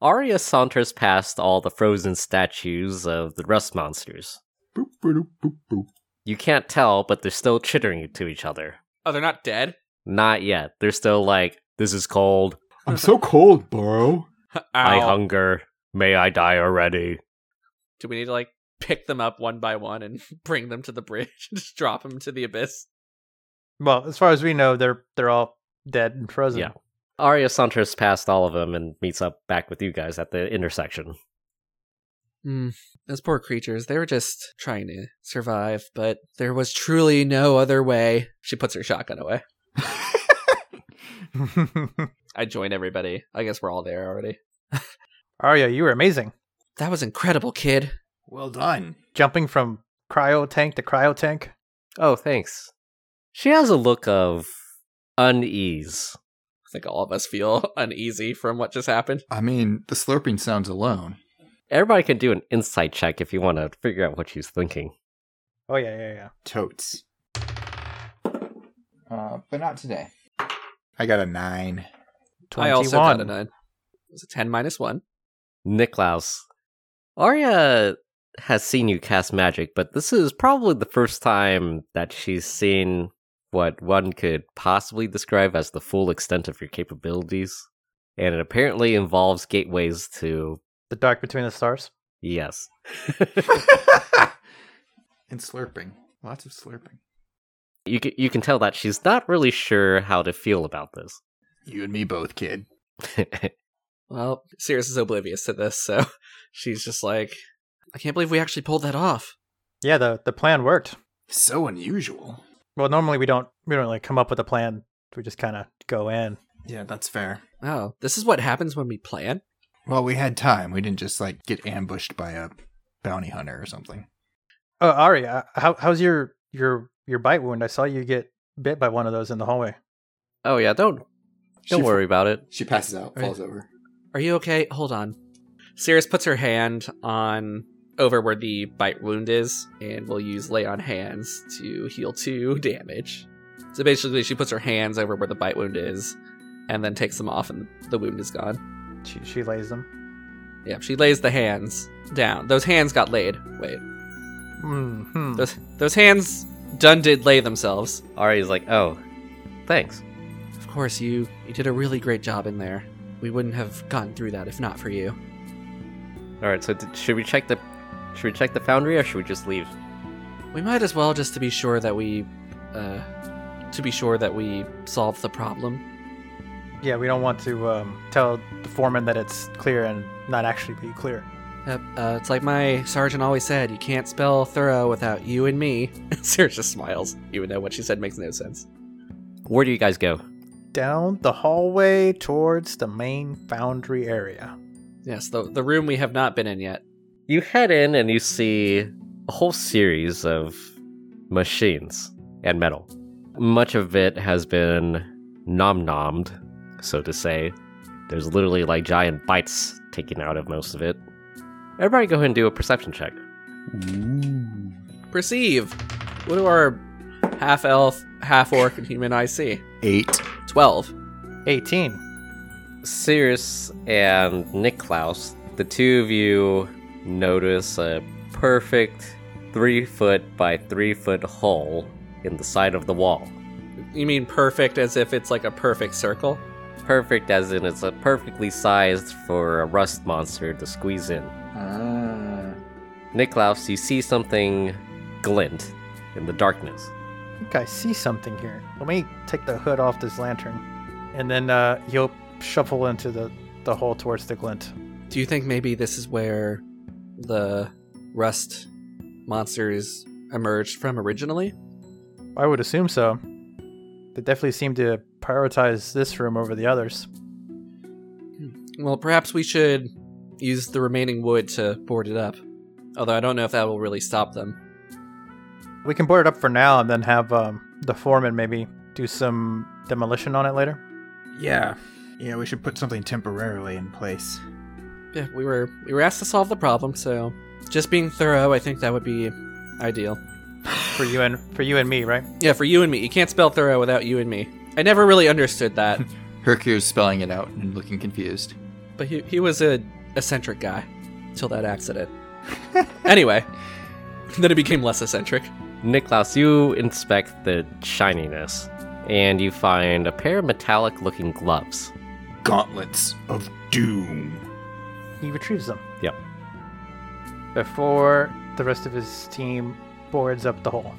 Speaker 2: Arya saunters past all the frozen statues of the rust monsters.
Speaker 5: Boop, boop, boop, boop.
Speaker 2: You can't tell, but they're still chittering to each other.
Speaker 4: oh, they're not dead.
Speaker 2: Not yet. They're still like, this is cold.
Speaker 5: I'm so cold, Borrow.
Speaker 2: I
Speaker 4: Ow.
Speaker 2: hunger. May I die already?
Speaker 4: Do we need to like <laughs> pick them up one by one and <laughs> bring them to the bridge and <laughs> just drop them to the abyss?
Speaker 1: well, as far as we know, they're they're all dead and frozen.
Speaker 2: Yeah. Arya saunters past all of them and meets up back with you guys at the intersection.
Speaker 4: Mm, those poor creatures, they were just trying to survive, but there was truly no other way. She puts her shotgun away. I join everybody. I guess we're all there already.
Speaker 1: <laughs> Arya, you were amazing.
Speaker 4: That was incredible, kid.
Speaker 5: Well done.
Speaker 1: Jumping from cryo tank to cryo tank.
Speaker 2: Oh, thanks. She has a look of unease.
Speaker 4: I think all of us feel <laughs> uneasy from what just happened.
Speaker 5: I mean, the slurping sounds alone.
Speaker 2: Everybody can do an insight check if you want to figure out what she's thinking.
Speaker 1: Oh yeah, yeah, yeah.
Speaker 5: Totes. Uh, but not today. I got a nine.
Speaker 4: I also got a
Speaker 1: 21.
Speaker 4: nine. It was a ten minus one.
Speaker 2: Niklaus, Arya has seen you cast magic, but this is probably the first time that she's seen what one could possibly describe as the full extent of your capabilities. And it apparently involves gateways to.
Speaker 1: The dark between the stars.
Speaker 2: Yes. <laughs>
Speaker 5: and slurping. Lots of slurping.
Speaker 2: You can, you can tell that she's not really sure how to feel about this. <laughs>
Speaker 5: You and me both, kid.
Speaker 4: Well, Sirius is oblivious to this, so <laughs> she's just like, I can't believe we actually pulled that off.
Speaker 1: Yeah, the the plan worked.
Speaker 5: So unusual.
Speaker 1: Well, normally we don't we don't really come up with a plan. We just kind of go in.
Speaker 5: Yeah, that's fair.
Speaker 4: Oh, this is what happens when we plan.
Speaker 5: Well, we had time. We didn't just like get ambushed by a bounty hunter or something.
Speaker 1: Oh, Arya, how, how's your your your bite wound? I saw you get bit by one of those in the hallway.
Speaker 2: oh, yeah, don't,
Speaker 5: She
Speaker 2: don't
Speaker 5: fa-
Speaker 2: worry about it.
Speaker 5: She passes out,
Speaker 4: Right.
Speaker 5: falls over.
Speaker 4: Are you okay? Hold on. Sirius puts her hand on over where the bite wound is, and will use lay on hands to heal two <laughs> damage. So basically, she puts her hands over where the bite wound is, and then takes them off, and the wound is gone.
Speaker 1: She she lays them.
Speaker 4: Yeah, she lays the hands down. Those hands got laid. Wait,
Speaker 1: hmm
Speaker 4: those those hands done did lay themselves.
Speaker 2: Arya's like, oh, thanks.
Speaker 4: Of course, you you did a really great job in there. We wouldn't have gotten through that if not for you.
Speaker 2: All right, so d should we check the should we check the foundry or should we just leave?
Speaker 4: We might as well just to be sure that we, uh, to be sure that we solve the problem.
Speaker 1: Yeah, we don't want to um, tell the foreman that it's clear and not actually be clear.
Speaker 4: Yep, uh, it's like my sergeant always said: you can't spell thorough without you and me. <laughs> Sarah just smiles, even though what she said makes no sense.
Speaker 2: Where do you guys go?
Speaker 1: Down the hallway towards the main foundry area.
Speaker 4: Yes, the the room we have not been in yet.
Speaker 2: You head in and you see a whole series of machines and metal. Much of it has been nom nommed, so to say. There's literally like giant bites taken out of most of it. Everybody go ahead and do a perception check.
Speaker 4: Perceive. What do our half elf, half orc, and human eyes see?
Speaker 5: Eight.
Speaker 4: Twelve.
Speaker 1: 18.
Speaker 2: Sirius and Niklaus, the two of you notice a perfect three foot by three foot hole in the side of the wall.
Speaker 4: You mean perfect, as if it's like a perfect circle?
Speaker 2: Perfect as in it's a perfectly sized for a rust monster to squeeze in. Niklaus, you see something glint in the darkness.
Speaker 1: think I see something here. Let me take the hood off this lantern. And then uh, he'll shuffle into the, the hole towards the glint.
Speaker 4: Do you think maybe this is where the rust monsters emerged from originally?
Speaker 1: I would assume so. They definitely seem to prioritize this room over the others.
Speaker 4: Well, perhaps we should use the remaining wood to board it up. Although I don't know if that will really stop them.
Speaker 1: We can board it up for now and then have um, the foreman maybe do some demolition on it later.
Speaker 5: Yeah. Yeah, we should put something temporarily in place.
Speaker 4: Yeah, we were we were asked to solve the problem, so just being thorough, I think that would be ideal.
Speaker 1: For you and for you and me, right?
Speaker 4: Yeah, for you and me. You can't spell thorough without you and me. I never really understood that,
Speaker 5: Hercule's spelling it out and looking confused.
Speaker 4: but he, he was a eccentric guy till that accident. anyway, then it became less eccentric.
Speaker 2: Niklaus, you inspect the shininess, and you find a pair of metallic looking gloves.
Speaker 5: Gauntlets of Doom.
Speaker 1: He retrieves them.
Speaker 2: Yep.
Speaker 1: Before the rest of his team boards up the hole.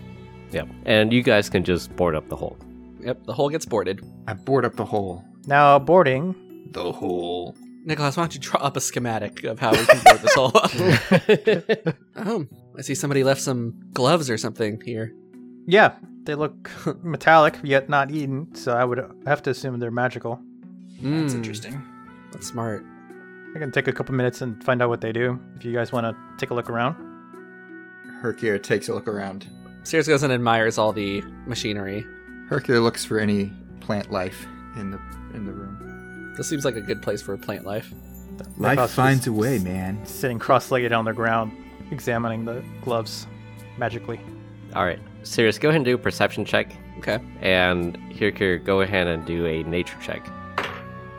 Speaker 2: Yep. And you guys can just board up the hole.
Speaker 4: Yep, the hole gets boarded.
Speaker 5: I board up the hole.
Speaker 1: Now boarding
Speaker 5: The hole.
Speaker 4: Nicholas, why don't you draw up a schematic of how we can board this hole up? <laughs> oh, I see somebody left some gloves or something here.
Speaker 1: yeah, they look <laughs> metallic yet not eaten, so I would have to assume they're magical.
Speaker 4: Mm,
Speaker 6: That's interesting.
Speaker 4: That's smart.
Speaker 1: I can take a couple minutes and find out what they do if you guys want to take a look around.
Speaker 5: Hercule takes a look around.
Speaker 4: Sears goes and admires all the machinery.
Speaker 5: Hercule looks for any plant life in the in the room.
Speaker 4: This seems like a good place for plant life.
Speaker 1: Niklaus is
Speaker 5: a way, man.
Speaker 1: Sitting cross-legged on the ground, examining the gloves magically.
Speaker 2: All right. Sirius, go ahead and do a perception check,
Speaker 4: Okay.
Speaker 2: and Hirkir, go ahead and do a nature check.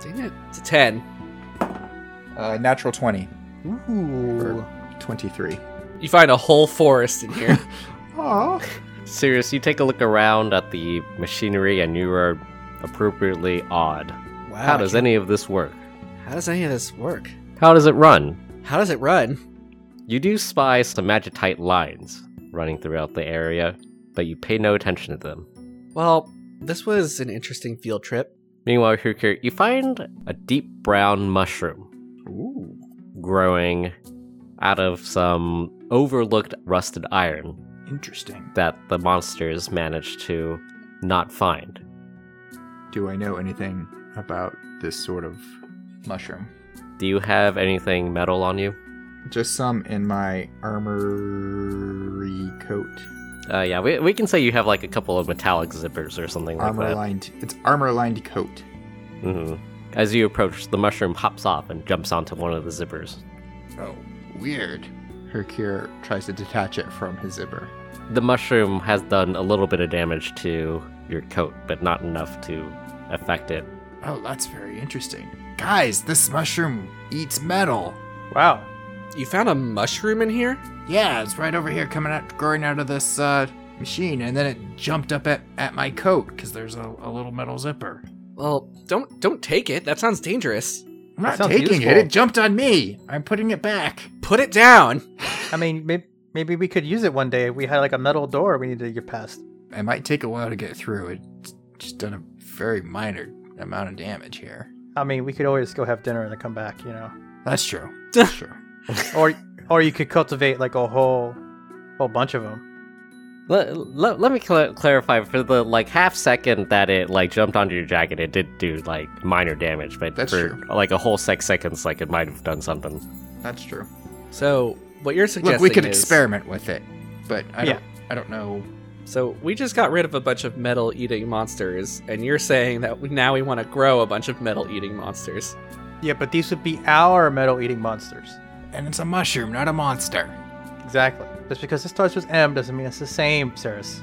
Speaker 4: Dang it. It's a 10.
Speaker 5: Uh, natural twenty
Speaker 1: Ooh.
Speaker 5: or twenty-three.
Speaker 4: You find a whole forest in <laughs> here.
Speaker 2: Sirius, you take a look around at the machinery, and you are appropriately awed.
Speaker 4: wow.
Speaker 2: How does any of this work?
Speaker 4: How does any of this work?
Speaker 2: How does it run?
Speaker 4: How does it run?
Speaker 2: You do spy some magitite lines running throughout the area, but you pay no attention to them.
Speaker 4: Well, this was an interesting field trip.
Speaker 2: Meanwhile, Hirkir, you find a deep brown mushroom
Speaker 5: Ooh.
Speaker 2: growing out of some overlooked rusted iron
Speaker 5: Interesting.
Speaker 2: that the monsters managed to not find.
Speaker 5: Do I know anything about this sort of mushroom?
Speaker 2: Do you have anything metal on you?
Speaker 5: Just some in my armory coat.
Speaker 2: Uh, yeah, we, we can say you have like a couple of metallic zippers or something like
Speaker 5: Armor
Speaker 2: that.
Speaker 5: lined. It's armor lined coat.
Speaker 2: Mhm. As you approach, the mushroom hops off and jumps onto one of the zippers.
Speaker 5: Oh, weird. Hercure tries to detach it from his zipper.
Speaker 2: The mushroom has done a little bit of damage to your coat, but not enough to affect it.
Speaker 5: Oh, that's very interesting. Guys, this mushroom eats metal.
Speaker 1: Wow.
Speaker 4: You found a mushroom in here?
Speaker 5: Yeah, it's right over here coming out, growing out of this uh, machine, and then it jumped up at, at my coat because there's a, a little metal zipper.
Speaker 4: Well, don't don't take it. That sounds dangerous.
Speaker 1: That
Speaker 5: I'm not
Speaker 1: sounds
Speaker 5: taking it,
Speaker 1: useful.
Speaker 5: it jumped on me. I'm putting it back.
Speaker 4: Put it down.
Speaker 1: I mean, maybe, maybe we could use it one day. We had like a metal door we needed to get past.
Speaker 5: It might take a while to get through. It's just done a very minor amount of damage here.
Speaker 1: I mean, we could always go have dinner and then come back, you know.
Speaker 5: That's true.
Speaker 1: <laughs>
Speaker 5: That's true.
Speaker 1: Or or you could cultivate like a whole whole bunch of them.
Speaker 2: Let, let, let me cl- clarify for the like half second that it like jumped onto your jacket, it did do like minor damage, but
Speaker 5: That's
Speaker 2: for
Speaker 5: true.
Speaker 2: like a whole six seconds, like it might have done something.
Speaker 5: That's true.
Speaker 4: So what you're suggesting
Speaker 5: Look, we could
Speaker 4: is-
Speaker 5: experiment with it, but I
Speaker 1: Yeah.
Speaker 5: don't. I don't know.
Speaker 4: So we just got rid of a bunch of metal-eating monsters, and you're saying that we- now we want to grow a bunch of metal-eating monsters.
Speaker 1: Yeah, but these would be our metal eating monsters.
Speaker 5: And it's a mushroom, not a monster.
Speaker 1: Exactly. Just because it starts with M doesn't mean it's the same, Saris.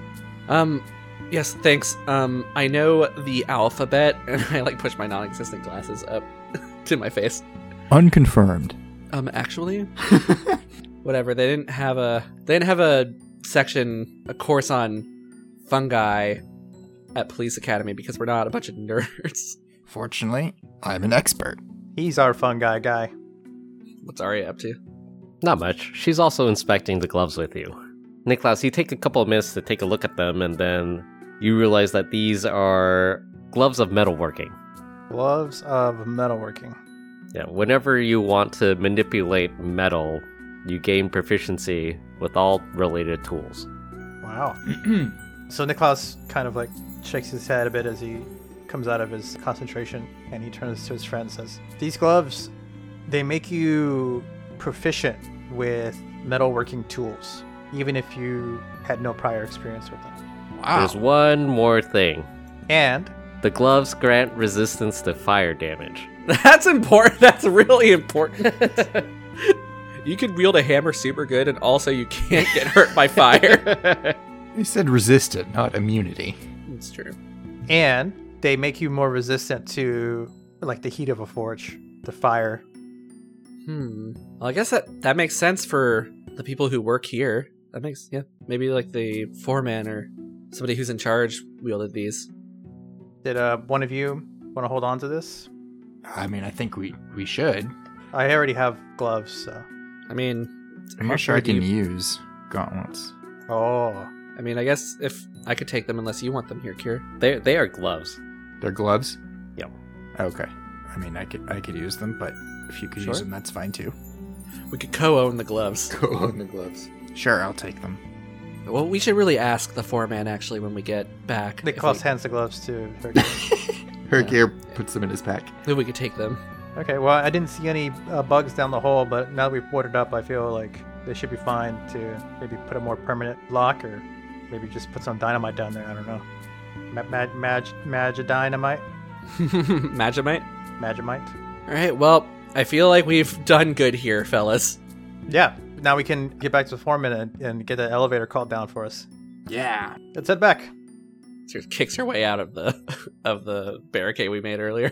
Speaker 4: Um, yes, thanks. Um, I know the alphabet, <laughs> and I like push my non-existent glasses up <laughs> to my face.
Speaker 5: Unconfirmed.
Speaker 4: Um,
Speaker 5: <laughs>
Speaker 4: actually, whatever. They didn't have a they didn't have a section a course on fungi at police academy because we're not a bunch of <laughs> nerds.
Speaker 5: Fortunately, I'm an expert.
Speaker 1: He's our fun guy guy.
Speaker 4: What's Arya up to?
Speaker 2: Not much. She's also inspecting the gloves with you. Niklaus, you take a couple of minutes to take a look at them, and then you realize that these are gloves of metalworking.
Speaker 1: Gloves of metalworking.
Speaker 2: Yeah, whenever you want to manipulate metal, you gain proficiency with all related tools.
Speaker 1: Wow. <clears throat> so Niklaus kind of like shakes his head a bit as he comes out of his concentration and he turns to his friend and says, These gloves, they make you proficient with metalworking tools, even if you had no prior experience with them.
Speaker 5: Ah.
Speaker 2: There's one more thing.
Speaker 1: And
Speaker 2: The gloves grant resistance to fire damage.
Speaker 4: <laughs> That's important. That's really important. <laughs> you could wield a hammer super good, and also you can't get hurt by fire.
Speaker 5: He said resistant, not immunity.
Speaker 4: <laughs> That's true.
Speaker 1: and they make you more resistant to like the heat of a forge, the fire.
Speaker 4: Hmm. Well, I guess that that makes sense for the people who work here. That makes yeah. Maybe like the foreman or somebody who's in charge wielded these.
Speaker 1: Did uh, one of you want to hold on to this?
Speaker 5: I mean, I think we, we should.
Speaker 1: I already have gloves, so.
Speaker 4: I mean,
Speaker 5: I'm
Speaker 4: How
Speaker 5: not sure I
Speaker 4: should
Speaker 5: can
Speaker 4: you-
Speaker 5: use gauntlets.
Speaker 1: Oh.
Speaker 4: I mean, I guess if I could take them, unless you want them here, Kier.
Speaker 2: They they are gloves.
Speaker 5: They're gloves.
Speaker 2: Yep.
Speaker 5: Okay. I mean, I could I could use them, but if you could use
Speaker 1: Sure.
Speaker 5: them, that's fine too.
Speaker 4: We could co-own the
Speaker 5: <laughs>
Speaker 4: gloves.
Speaker 5: Go on the gloves. Sure, I'll take them.
Speaker 4: Well, we should really ask the foreman actually when we get back. if
Speaker 1: Niklaus
Speaker 4: we-
Speaker 1: hands the gloves to Hercules.
Speaker 5: Herkier puts them in his pack.
Speaker 4: If we could take them. <laughs>
Speaker 1: Okay, well, I didn't see any uh, bugs down the hole, but now that we've boarded up, I feel like they should be fine to maybe put a more permanent lock or maybe just put some dynamite down there. I don't know. Ma- mag- mag- magidynamite?
Speaker 4: Magimite.
Speaker 1: Magimite?
Speaker 4: All right. Well, I feel like we've done good here, fellas.
Speaker 1: Yeah, now we can get back to the foreman and, and get the elevator called down for us.
Speaker 5: Yeah.
Speaker 1: Let's head back.
Speaker 4: Sort of kicks her way out of the <laughs> of the barricade we made earlier.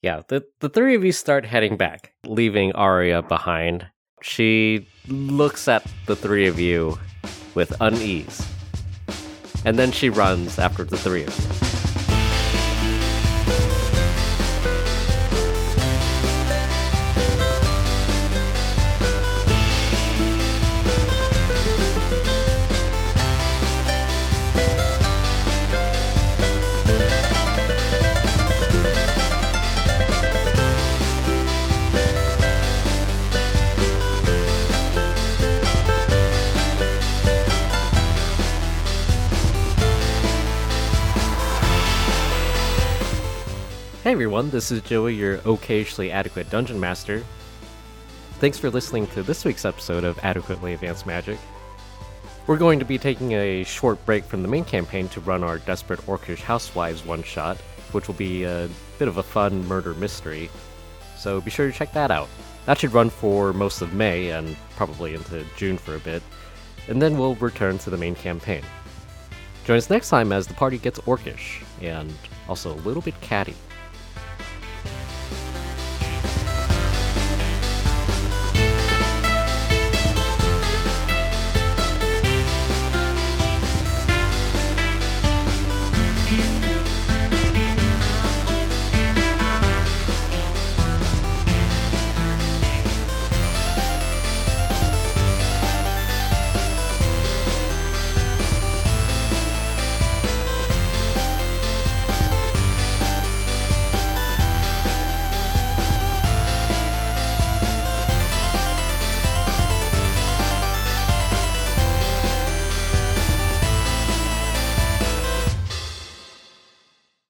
Speaker 2: yeah, the, the three of you start heading back, leaving Arya behind. She looks at the three of you with unease. And then she runs after the three of you. Hey everyone, this is Joey, your occasionally adequate dungeon master. Thanks for listening to this week's episode of Adequately Advanced Magic. We're going to be taking a short break from the main campaign to run our Desperate Orcish Housewives one shot, which will be a bit of a fun murder mystery. So be sure to check that out. That should run for most of May and probably into June for a bit, and then we'll return to the main campaign. Join us next time as the party gets orcish and also a little bit catty.